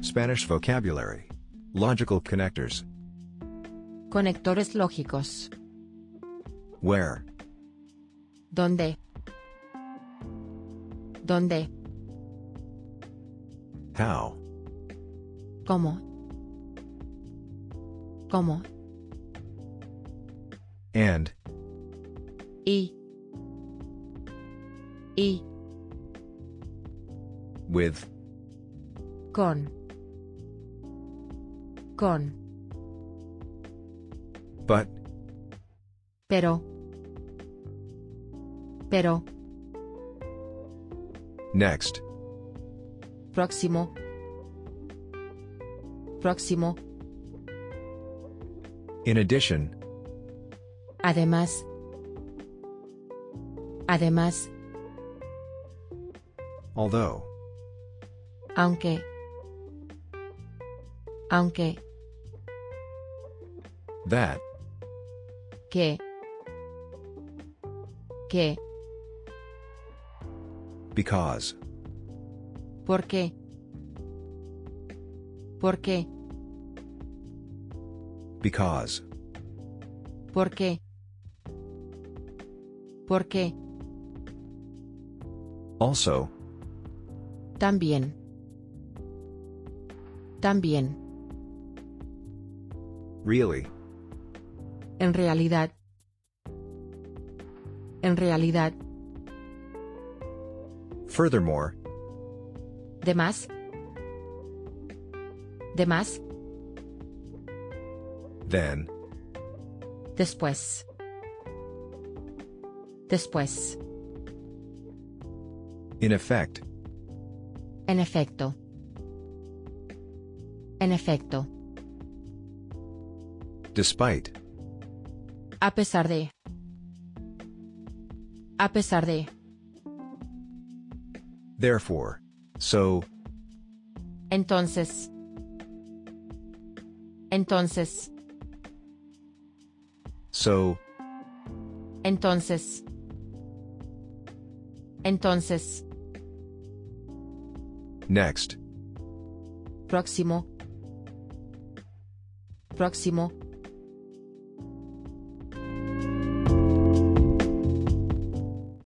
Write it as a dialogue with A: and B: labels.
A: Spanish vocabulary. Logical connectors.
B: Conectores lógicos.
A: Where?
B: ¿Dónde? ¿Dónde?
A: How?
B: ¿Cómo? ¿Cómo?
A: And?
B: Y. Y.
A: With?
B: Con. Con.
A: But?
B: Pero. Pero.
A: Next.
B: Próximo. Próximo.
A: In addition.
B: Además. Además,
A: Although.
B: aunque. Aunque.
A: That.
B: Que. Que.
A: Because.
B: ¿Por qué? ¿Por qué?
A: Because.
B: ¿Por qué? ¿Por qué?
A: Also.
B: También. También.
A: Really.
B: En realidad. En realidad.
A: Furthermore.
B: ¿De más? ¿De más?
A: Then.
B: Después. Después.
A: In effect.
B: En efecto. En efecto.
A: Despite.
B: A pesar de. A pesar de.
A: Therefore. So.
B: Entonces. Entonces.
A: So.
B: Entonces. Entonces.
A: Next.
B: Próximo. Próximo.